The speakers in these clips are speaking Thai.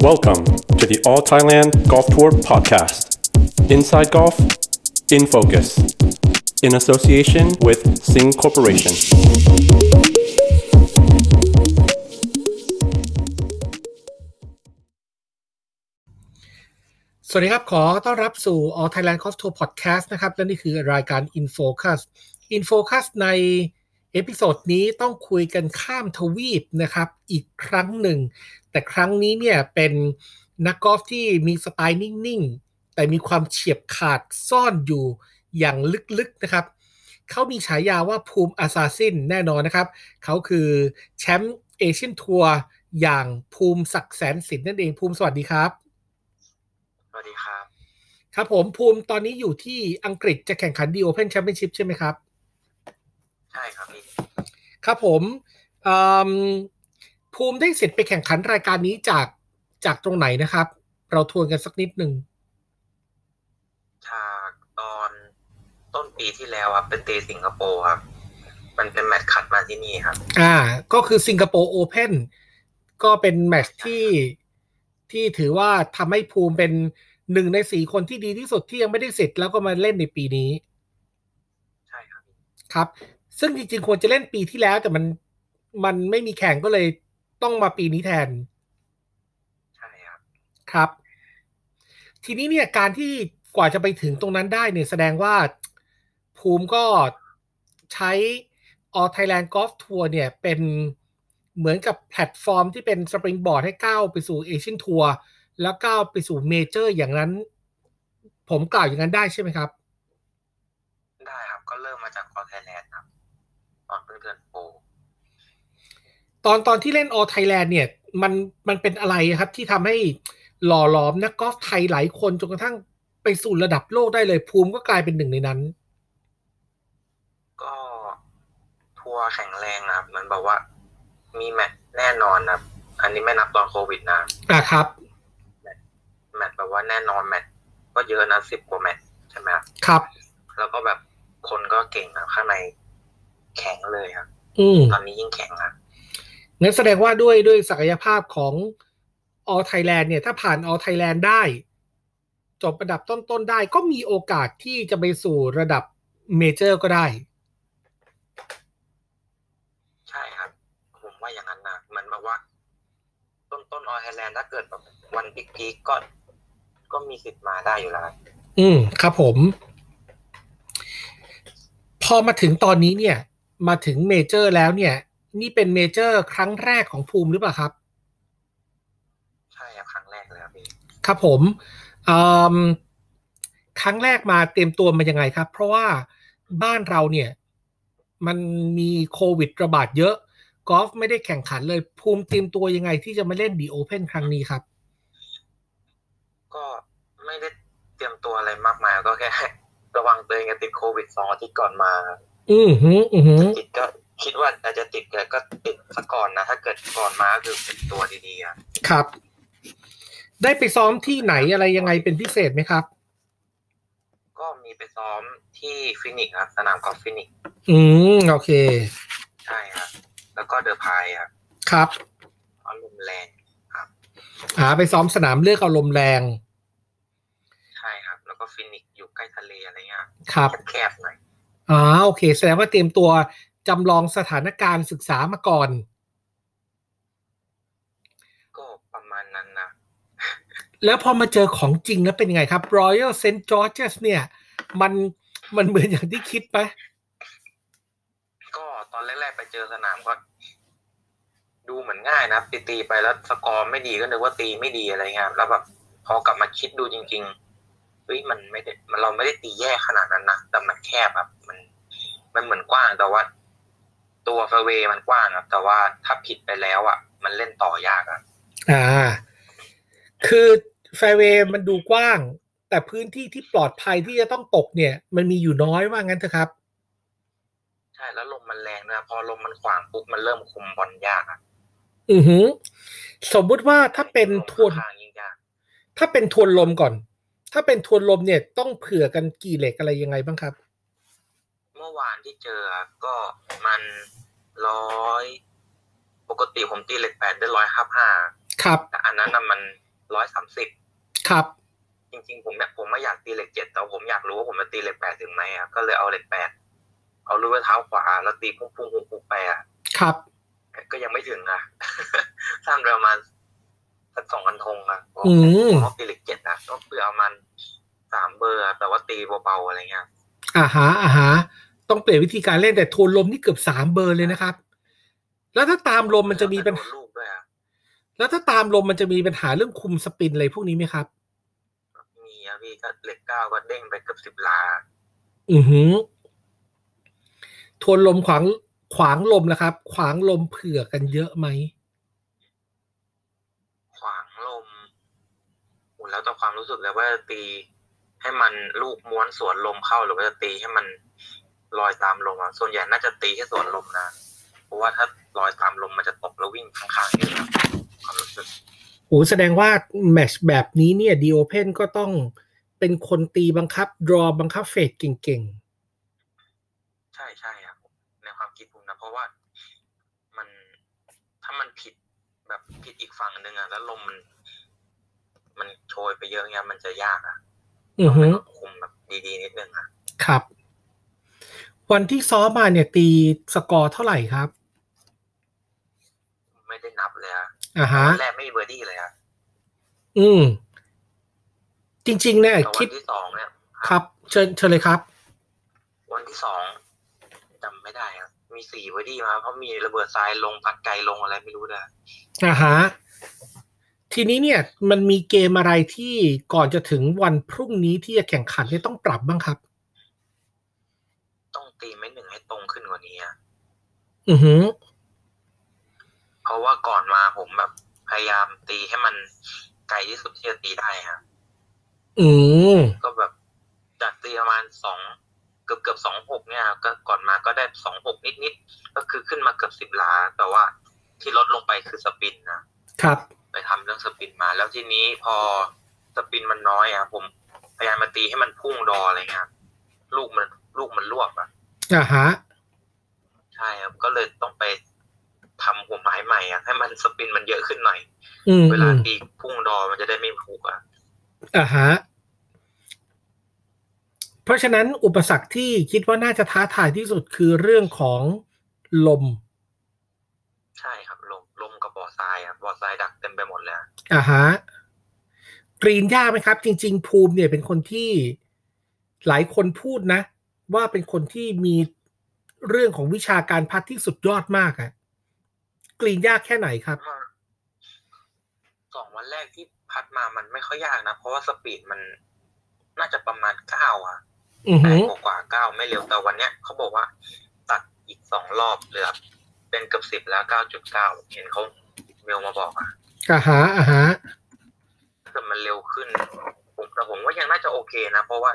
Welcome to the All Thailand Golf Tour Podcast. Inside Golf, in focus, in association with Sing Corporation. สวัสดีครับ ขอต้อนรับสู่ All Thailand Golf Tour Podcast นะครับ และนี่คือรายการ In Focus In Focus ในเอพิโซดนี้ต้องคุยกันข้ามทวีปนะครับ อีกครั้งหนึ่ง แต่ครั้งนี้เนี่ยเป็นนักกอล์ฟที่มีสไตล์นิ่ง ๆ แต่มีความเฉียบขาดซ่อนอยู่อย่างลึก ๆ นะครับ เขามีฉายาว่าภูมิอาซาซินแน่นอนนะครับ เขาคือแชมป์เอเชียนทัวร์อย่างภูมิศักดิ์แสนสินนั่นเองภูมิสวัสดีครับ สวัสดีครับ ครับผมภูมิตอนนี้อยู่ที่อังกฤษจะแข่งขันดีโอเพนแชมเปี้ยนชิพใช่ไหมครับ ใช่ครับพี่ ครับผมเอิ่มภูมิได้สิทธิ์ไปแข่งขันรายการนี้จากจากตรงไหนนะครับ เราทวนกันสักนิดหนึ่ง จากตอนต้นปีที่แล้วครับเป็นตีสิงคโปร์ครับ มันเป็นแมตช์คัดมาที่นี่ครับ อ่า ก็คือสิงคโปร์โอเพนก็เป็นแมตช์ที่ที่ถือว่าทำให้ภูมิเป็นหนึ่งในสี่คนที่ดีที่สุดที่ยังไม่ได้สิทธิ์แล้วก็มาเล่นในปีนี้ ใช่ครับ ครับ ซึ่งจริงๆ ควรจะเล่นปีที่แล้วแต่มันมันไม่มีแข่งก็เลยต้องมาปีนี้แทน ใช่ครับ ครับ ทีนี้เนี่ยการที่กว่าจะไปถึงตรงนั้นได้เนี่ยแสดงว่าภูมิก็ใช้ All Thailand Golf Tour เนี่ยเป็นเหมือนกับแพลตฟอร์มที่เป็นสปริงบอร์ดให้ก้าวไปสู่เอเชียนทัวร์แล้วก้าวไปสู่เมเจอร์อย่างนั้น ผมกล่าวอย่างนั้นได้ใช่ไหมครับ ได้ครับ ก็เริ่มมาจากคอไทยแลนด์ครับ ตอนเพิ่งเดือนโปร ตอนตอนที่เล่น All Thailand เนี่ยมันมันเป็นอะไรครับที่ทำให้หล่อหลอมนักกอล์ฟไทยหลายคนจนกระทั่งไปสู่ระดับโลกได้เลยภูมิก็กลายเป็นหนึ่งในนั้น ก็ทัวร์แข็งแรงนะครับ มันบอกว่า มีแมตช์แน่นอนนะครับ อันนี้ไม่นับตอนโควิดนะ อ่ะครับ แมตช์แบบว่าแน่นอนแมตช์ก็เยอะนะสิบกว่าแมตช์ใช่ไหมครับ ครับ แล้วก็แบบคนก็เก่งนะข้างในแข็งเลยครับ อืม ตอนนี้ยิ่งแข็งนะ งั้นแสดงว่าด้วยด้วยศักยภาพของ All Thailand เนี่ย ถ้าผ่าน All Thailand ได้ จบระดับต้น ๆ ได้ ก็มีโอกาสที่จะไปสู่ระดับเมเจอร์ก็ได้ ใช่ครับ ผมว่าอย่างนั้นนะเหมือนแบบว่า ต้นต้นออไทยแลนด์ถ้าเกิดแบบวันพีกพีกก็ ก็มีสิทธิ์มาได้อยู่แล้วครับ อืม ครับผม พอมาถึงตอนนี้เนี่ย มาถึงเมเจอร์แล้วเนี่ย นี่เป็นเมเจอร์ครั้งแรกของภูมิหรือเปล่าครับ ใช่ครับครั้งแรกเลยครับพี่ ครับผมเอิ่มครั้งแรกมาเตรียมตัวมายังไงครับ เพราะว่าบ้านเราเนี่ย มันมีโควิดระบาดเยอะ กอล์ฟไม่ได้แข่งขันเลยภูมิเตรียมตัวยังไงที่จะมาเล่นดีโอเพนครั้งนี้ครับ ก็ไม่ได้เตรียมตัวอะไรมากมายก็แค่ ระวังตัวเองจะติดโควิดสองอาทิตย์ก่อนมา อือหืออือหือ ติดก็คิดว่าอาจจะติดแต่ก็ติดซะก่อนนะ ถ้าเกิดก่อนมาก็คือเป็นตัวดีๆอะ ครับ ได้ไปซ้อมที่ไหนอะไรยังไงเป็นพิเศษไหมครับ ก็มีไปซ้อมที่ฟินิกส์ครับสนามกอล์ฟฟินิกส์ อืมโอเค ใช่ครับแล้วก็เดอะพายครับ ครับ เพราะลมแรง หาไปซ้อมสนามเลือกเอาลมแรง ใช่ครับ แล้วก็ฟินิกส์อยู่ใกล้ทะเลอะไรเงี้ย ครับ แคบๆหน่อย อ๋อโอเค แสดงว่าเตรียมตัวจำลองสถานการณ์ศึกษามาก่อน ก็ประมาณนั้นนะ แล้วพอมาเจอของจริงแล้วเป็นยังไงครับ Royal St. George's เนี่ย มันมันเหมือนอย่างที่คิดไหม ก็ตอนแรกๆไปเจอสนามก็ ดูเหมือนง่ายนะตีตีๆไปแล้วสกอร์ไม่ดีก็นึกว่าตีไม่ดีอะไรเงี้ยแล้วแบบพอกลับมาคิดดูจริงๆเฮ้ยมันไม่ได้มันเราไม่ได้ตีแย่ขนาดนั้นนะแต่มันแคบแบบมัน มันเหมือนกว้างแต่ว่า ตัวเฟเวมันกว้างครับแต่ว่าถ้าผิดไปแล้วอ่ะ มันเล่นต่อยากอ่ะ อ่า คือแฟเวย์มันดูกว้าง แต่พื้นที่ที่ปลอดภัยที่จะต้องตกเนี่ย มันมีอยู่น้อยว่างั้นเถอะครับ ใช่แล้วลมมันแรงนะพอลมมันขวางปุ๊บมันเริ่มคุมบอลยากอะ อือหือ สมมุติว่าถ้าเป็นทวน ลมข้างๆยิ่งยาก ถ้าเป็นทวนลมก่อน ถ้าเป็นทวนลมเนี่ยต้องเผื่อกันกี่เหล็กอะไรยังไงบ้างครับ เมื่อวานที่เจอครับก็มันร้อยปกติผมตีเหล็กแปดได้ร้อยห้าห้า ครับ แต่อันนั้นน่ะมัน ร้อยสามสิบ ครับ จริง ๆ ผมเนี่ยผมไม่อยากตีเหล็กเจ็ดแต่ผมอยากรู้ว่าผมจะตีเหล็กแปดถึงไหมอะก็เลยเอาเหล็กแปดเอาลูกกระเท้าขวาแล้วตีพุ่งพุ่งพุ่งพุ่งไปอ่ะ ครับ ก็ยังไม่ถึงอ่ะ สั้นไปประมาณสักสองพันธงอ่ะผม อืม ผมว่าตีเหล็กเจ็ดนะต้องเปื่อประมาณสามเบอร์อะแต่ว่าตีเบาๆอะไรเงี้ย อ่าฮะอ่าฮะต้องเปลี่ยนวิธีการเล่นแต่โทนลมนี่เกือบสามเบอร์เลยนะครับ แล้วถ้าตามลมมันจะมีปัญหา โดลูกด้วยอะ แล้วถ้าตามลมมันจะมีปัญหาเรื่องคุมสปินอะไรพวกนี้ไหมครับ มีอะพี่ถ้าเหล็กเก้าก็เด้งไปเกือบสิบ10ลา อือหือทวนลมขวางขวางลมนะครับ ขวางลมเผื่อกันเยอะไหม ขวางลมโหแล้วแต่ความรู้สึกเลยว่าจะตีให้มันลูกม้วนสวนลมเข้าหรือว่าจะตีให้มันลอยตามลมอะส่วนใหญ่น่าจะตีแค่สวนลมนะเพราะว่าถ้าลอยตามลมมันจะตกแล้ววิ่งข้างๆเยอะนะความรู้สึก โอ้แสดงว่าแมตชแบบนี้เนี่ยดีโอเพนก็ต้องเป็นคนตีบังคับ ดรอบังคับเฟดเก่ง ใช่ใช่ครับในความคิดผมนะเพราะว่ามันถ้ามันผิดแบบผิดอีกฝั่งหนึ่งอะแล้วลมมันมันโชยไปเยอะเงี้ยมันจะยากอะ ๆ อือหือ คุมแบบดีๆนิดนึงอ่ะ ครับ วันที่ซ้อมมาเนี่ยตีสกอร์เท่าไหร่ครับ ไม่ได้นับเลยอ่ะ อ่าฮะ แรกไม่มีเบอร์ดี้เลยอ่ะ อืม จริง ๆ เนี่ย แต่วั คิด นที่สองเนี่ย ครับ เชิญเชิญเลยครับ วันที่สองจำไม่ได้อ่ะมีสี่เบอร์ดี้มาเพราะมีระเบิดทรายลงพัดไกลลงอะไรไม่รู้เลยอะ อ่าฮะ ทีนี้เนี่ย มันมีเกมอะไรที่ก่อนจะถึงวันพรุ่งนี้ที่จะแข่งขันเนี่ยต้องปรับบ้างครับ ต้องตีไม่หนึ่งให้ตรงขึ้นกว่านี้อ่ะ อือหือ เพราะว่าก่อนมาผมแบบพยายามตีให้มันไกลที่สุดที่จะตีได้ฮะ อืม ก็แบบจากตีประมาณสองเกือบเกือบสองหกเนี่ยก็ก่อนมาก็ได้สองหกนิดๆก็คือขึ้นมาเกือบสิบล้าแต่ว่าที่ลดลงไปคือสปินนะ ครับ ไปทำเรื่องสปินมา แล้วทีนี้พอสปินมันน้อยอ่ะ ผมพยายามมาตีให้มันพุ่งดออะไรเงี้ยลูกมันลูกมันลวกอ่ะ อ่าฮะ ใช่ครับก็เลยต้องไปทำหัวไม้ใหม่อ่ะให้มันสปินมันเยอะขึ้นหน่อย อืม เว อื ลาม ตีพุ่งดอมันจะได้ไม่พุกอ่ะ อ่าฮะ เพราะฉะนั้นอุปสรรคที่คิดว่าน่าจะท้าทายที่สุดคือเรื่องของลม ใช่ครับลมลมกับบ่อทรายอ่ะบ่อทรายดักเต็มไปหมดเลยอะ อ่าฮะกรีนยากไหมครับ จริง ๆ ภูมิเนี่ยเป็นคนที่หลายคนพูดนะ ว่าเป็นคนที่มีเรื่องของวิชาการพัดที่สุดยอดมากอะกรีนยากแค่ไหนครับ เมื่อสองวันแรกที่พัดมามันไม่ค่อยยากนะเพราะว่าสปีดมันน่าจะประมาณเก้าอ่ะ อือ แป หื ด อก ว่ากว่าเก้าไม่เร็วแต่วันเนี้ยเขาบอกว่า ตัดอีกสองรอบเหลือเป็นเกือบสิบแล้วเก้าจุดเก้าเห็นเขาเมลมาบอกอะ อ่าฮะอ่าฮะ ถ้าเกิดมันเร็วขึ้น ผมแต่ผมว่ายังน่าจะโอเคนะ เพราะว่า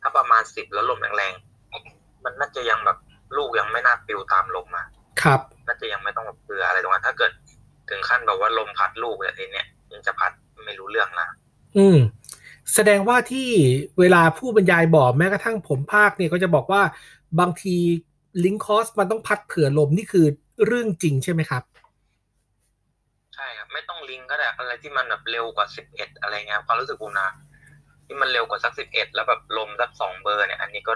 ถ้าประมาณสิบแล้วลมแรงๆ มันน่าจะยังแบบลูกยังไม่น่าปลิวตามลมอะ ครับ น่าจะยังไม่ต้องแบบเบื่ออะไรตรงนั้นถ้าเกิดถึงขั้นแบบว่าลมพัดลูกอะไรเนี่ยมันจะพัดไม่รู้เรื่องนะ อืม แสดงว่าที่เวลาผู้บรรยายบอกแม้กระทั่งผมภาคเนี่ยก็จะบอกว่าบางทีลิงคอสมันต้องพัดเผื่อลมนี่คือเรื่องจริงใช่ไหมครับ ใช่ครับไม่ต้องลิงก์ก็ได้อะไรที่มันแบบเร็วกว่าสิบเอ็ดอะไรเงี้ยความรู้สึกผมนะ ที่มันเร็วกว่าสักสิบเอ็ดแล้วแบบลมสักสองเบอร์เนี่ย อันนี้ก็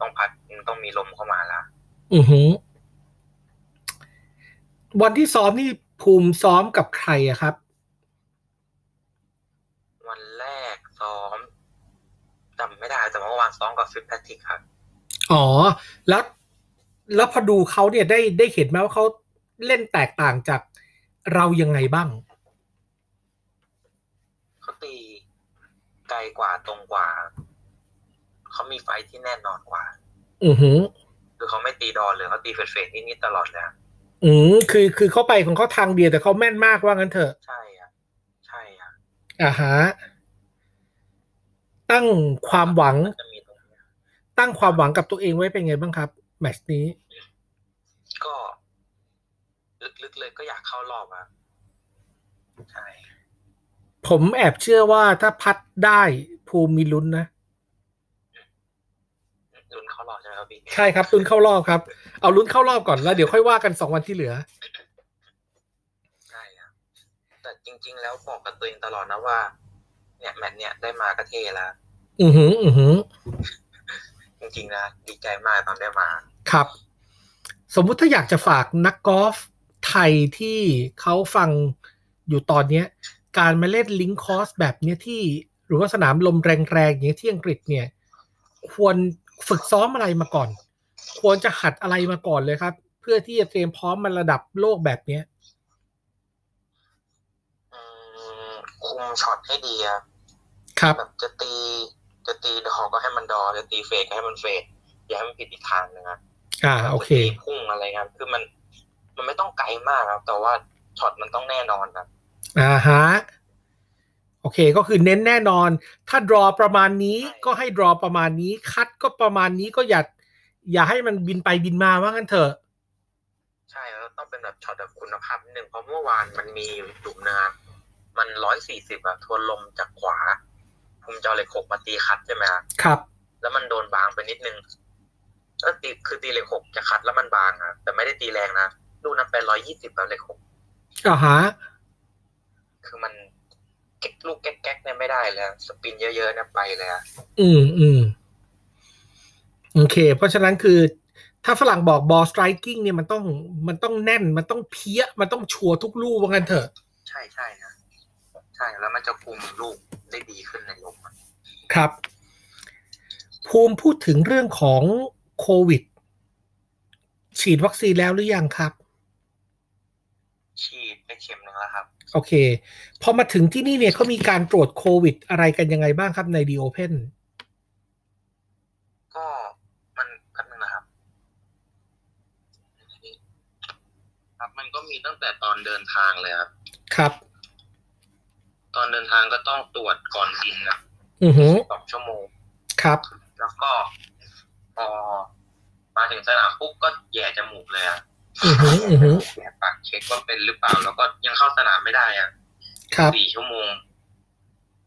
ต้องพัดต้องมีลมเข้ามาละ อือหือ วันที่ซ้อมนี่ภูมิซ้อมกับใครอะครับ วันแรกซ้อมจำไม่ได้แต่เมื่อวานซ้อมกับฟิปแพทริกครับ อ๋อ แล้วแล้วพอดูเขาเนี่ยได้ได้เห็นไหมว่าเขาเล่นแตกต่างจากเรายังไงบ้าง เขาตีไกลกว่าตรงกว่าเขามีไฟที่แน่นอนกว่า อือหือ คือเขาไม่ตีดอนเลยเขาตีเฟดเฟดๆนิดๆตลอดเลยอะ อืมคือคือเข้าไปของเขาทางเดียวแต่เขาแม่นมากว่างั้นเถอะ ใช่อ่ะ ใช่อ่ะ อ่าฮะตั้งความหวัง จะมีตรงเนี้ย ตั้งความหวังกับตัวเองไว้เป็นไงบ้างครับ แมตช์นี้ ก็ลึกๆเลยก็อยากเข้ารอบอ่ะใช่ ผมแอบเชื่อว่าถ้าพัดได้ภูมิมีลุ้นนะ ลุ้นเข้ารอบใช่ไหมครับพี่ ใช่ครับลุ้นเข้ารอบครับ เอาลุ้นเข้ารอบก่อนแล้วเดี๋ยวค่อยว่ากันสองวันที่เหลือ ใช่ครับแต่ แต่จริง ๆ แล้วบอกกับตัวเองตลอดนะว่า เนี่ยแมตช์เนี่ยได้มาก็เท่ละ อือหือ อือหือ จริงๆนะดีใจมากตอนได้มา ครับ สมมุติถ้าอยากจะฝากนักกอล์ฟไทยที่เขาฟังอยู่ตอนเนี้ย การมาเล่นลิงค์คอร์สแบบเนี้ยที่หรือว่าสนามลมแรงๆอย่างเงี้ยที่อังกฤษเนี่ย ควรฝึกซ้อมอะไรมาก่อน ควรจะหัดอะไรมาก่อนเลยครับ เพื่อที่จะเตรียมพร้อมมาระดับโลกแบบเนี้ย อืมคุมช็อตให้ดีอะ ครับ แบบจะตี จะตีดอก็ให้มันดอ จะตีเฟกก็ให้มันเฟกอย่าให้มันผิดอีกทางนะครับ อ่า โอเค จะตีพุ่งอะไรครับคือมันมันไม่ต้องไกลมากครับแต่ว่าช็อตมันต้องแน่นอนครับ อ่าฮะ โอเคก็คือเน้นแน่นอน ถ้าดรอประมาณนี้ ใช่ ก็ให้ดรอประมาณนี้ คัดก็ประมาณนี้ก็อย่าอย่าให้มันบินไปบินมาว่างั้นเถอะ ใช่แล้วต้องเป็นแบบช็อตแบบคุณภาพนิดนึงเพราะเมื่อวานมันมีหลุมนะครับมันร้อยสี่สิบอะทวนลมจากขวาภูมิจอเหล็กหกมาตีคัดใช่ไหมครับ ครับ แล้วมันโดนบางไปนิดนึงแล้วตีคือตีเหล็กหกจะคัดแล้วมันบางนะแต่ไม่ได้ตีแรงนะลูกนั้นไปร้อยยี่สิบแบบเหล็กหก อ่าฮะ คือมันเก็บลูกแก๊กๆเนี่ยไม่ได้แล้ว สปินเยอะๆเนี่ยไปเลยอะ อืมอืมโอเค เพราะฉะนั้นคือ ถ้าฝรั่งบอกบอลสไตรกิ้งเนี่ยมันต้องมันต้องแน่น มันต้องเพี้ย มันต้องชัวร์ทุกลูกว่างั้นเถอะ ใช่ใช่นะใช่แล้วมันจะคุมลูกได้ดีขึ้นในลมอะ ครับ ภูมิพูดถึงเรื่องของโควิด ฉีดวัคซีนแล้วหรือยังครับ ฉีดไปเข็มหนึ่งแล้วครับ โอเค พอมาถึงที่นี่เนี่ยเขามีการตรวจโควิด อะไรกันยังไงบ้างครับในดีโอเพน ก็มันกันหนึ่งนะครับ ครับมันก็มีตั้งแต่ตอนเดินทางเลยครับ ครับ ตอนเดินทางก็ต้องตรวจก่อนบินนะ อือหือ สองชั่วโมง ครับ แล้วก็พอมาถึงสนามปุ๊บก็แย่จมูกเลยอะ อือหืออือหือ แย่ปากเช็คว่าเป็นหรือเปล่า แล้วก็ยังเข้าสนามไม่ได้อะ ครับ สี่ชั่วโมง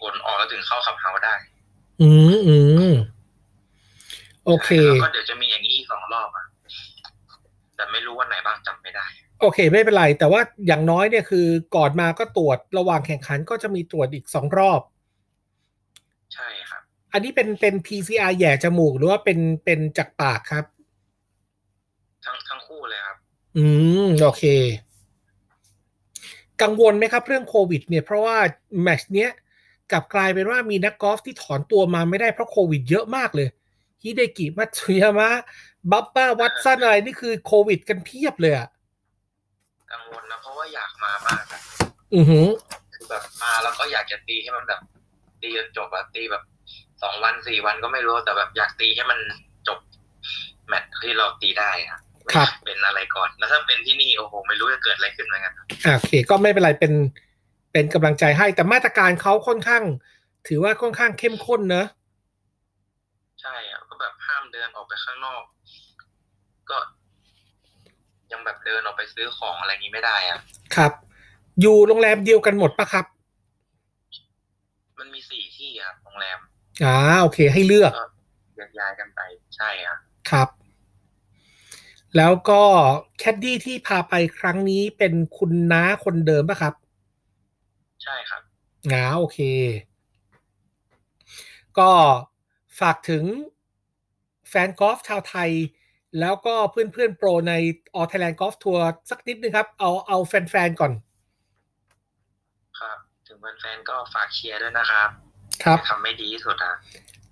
ผลออกแล้วถึงเข้าขับเฮาส์ได้ อืมอืมโอเค แล้วก็เดี๋ยวจะมีอย่างนี้อีกสองรอบอะแต่ไม่รู้วันไหนบ้างจำไม่ได้ โอเค ไม่เป็นไร แต่ว่าอย่างน้อยเนี่ยคือก่อนมาก็ตรวจระหว่างแข่งขันก็จะมีตรวจอีกสองรอบ ใช่ครับ อันนี้เป็นเป็น PCR แหย่จมูก หรือว่าเป็นเป็นจากปากครับ ทั้งทั้งคู่เลยครับ อืม โอเค กังวลไหมครับเรื่องโควิด เนี่ยเพราะว่าแมตชเนี้ยกลับกลายเป็นว่ามีนักกอล์ฟที่ถอนตัวมาไม่ได้เพราะโควิดเยอะมากเลยฮิเดกิมัตสึยามะบับบ้าวัตสันอะไรนี่คือโควิด กันเพียบเลยอ่ะ กังวลนะเพราะว่าอยากมามากนะ อือหือ คือแบบมาแล้วก็อยากจะตีให้มันแบบตีจนจบอะตีแบบสองวันสี่วันก็ไม่รู้แต่แบบอยากตีให้มันจบ แมตช์ที่เราตีได้อะไม่ ครับ เป็นอะไรก่อนแล้วถ้าเป็นที่นี่โอ้โหไม่รู้จะเกิดอะไรขึ้นเหมือนกันครับ อ่ะโอเคก็ไม่เป็นไรเป็นเป็นกำลังใจให้ แต่มาตรการเขาค่อนข้าง ถือว่าค่อนข้างเข้มข้นเนอะ ใช่อะก็แบบห้ามเดินออกไปข้างนอก ก็ ยังแบบเดินออกไปซื้อของอะไรนี้ไม่ได้อะ ครับ อยู่โรงแรมเดียวกันหมดปะครับ มันมีสี่ที่อะโรงแรม อ่าโอเค ให้เลือก ก็แยกย้ายกันไป ใช่อะ ครับ แล้วก็แคดดี้ที่พาไปครั้งนี้เป็นคุณน้าคนเดิมปะครับ ใช่ครับ อ่าโอเค ก็ฝากถึงแฟนกอล์ฟชาวไทย แล้วก็เพื่อนๆโปรในออไทยแลนด์กอล์ฟทัวร์สักนิดนึงครับเอาเอาแฟนๆก่อน ครับ ถึงแฟนๆก็ฝากเชียร์ด้วยนะครับ ครับ ทำไม่ดีที่สุดนะ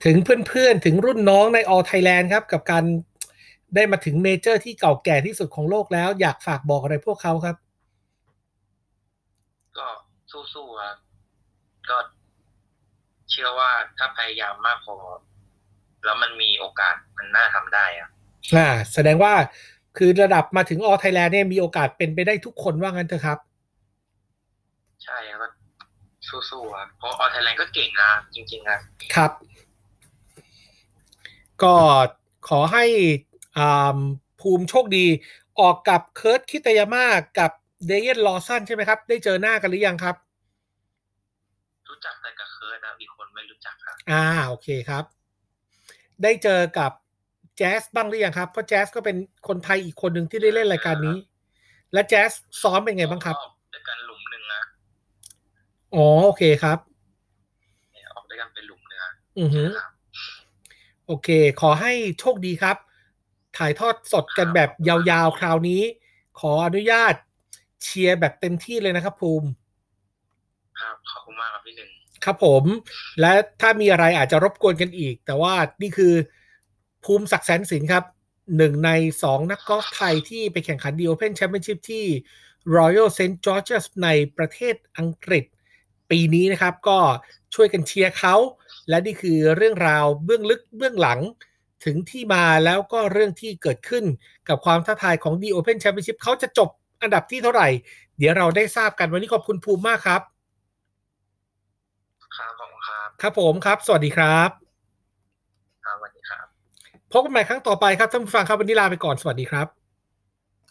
ถึงเพื่อนๆ ถึงรุ่นน้องใน All Thailand ครับ กับการได้มาถึงเมเจอร์ที่เก่าแก่ที่สุดของโลกแล้ว อยากฝากบอกอะไรพวกเขาครับ ก็สู้ๆครับก็เชื่อว่าถ้าพยายามมากพอ แล้วมันมีโอกาสมันน่าทำได้อะ อ่า แสดงว่าคือระดับมาถึง All Thailand เนี่ยมีโอกาสเป็นไปได้ทุกคนว่างั้นเถอะครับ ใช่ครับก็สู้ๆครับเพราะออสเตรเลียก็เก่งนะจริงๆนะครับ ก็ขอให้อ่าภูมิโชคดี ออกกับเคิร์ตคิตยาม่ากับเดเยนลอสันใช่ไหมครับ ได้เจอหน้ากันหรือยังครับ รู้จักแต่กับเคิร์ดนะอีกคนไม่รู้จักครับ อ่าโอเคครับ ได้เจอกับแจ๊สบ้างหรือยังครับ เพราะแจ๊สก็เป็นคนไทยอีกคนหนึ่งที่ได้เล่นรายการนี้ และแจ๊สซ้อมเป็นไงบ้างครับ อด้วยกันหลุมหนึ่งนะ อ๋อโอเคครับ เนี่ยออกด้วยกันเป็นหลุมเนื้อ อือฮึ ครับ โอเค ขอให้โชคดีครับ ถ่ายทอดสดกันแบบยาวๆ คราวนี้ ขออนุญาตเชียร์แบบเต็มที่เลยนะครับภูมิ ครับขอบคุณมากครับพี่หนึ่ง ครับผม และถ้ามีอะไรอาจจะรบกวนกันอีก แต่ว่านี่คือภูมิศักดิ์แสนสินครับหนึ่งในสองนักกอล์ฟไทยที่ไปแข่งขันดีโอเพนแชมเปี้ยนชิพที่ Royal St. George's ในประเทศอังกฤษ ปีนี้นะครับ ก็ช่วยกันเชียร์เขา และนี่คือเรื่องราวเบื้องลึกเบื้องหลังถึงที่มาแล้วก็เรื่องที่เกิดขึ้นกับความท้าทายของดีโอเพนแชมเปี้ยนชิพเขาจะจบอันดับที่เท่าไหร่ เดี๋ยวเราได้ทราบกันวันนี้ขอบคุณภูมิมากครับ ครับขอบคุณครับ ครับผมครับ สวัสดีครับ ครับสวัสดีครับ พบกันใหม่ครั้งต่อไปครับท่านผู้ฟังครับ วันนี้ลาไปก่อน สวัสดีครับ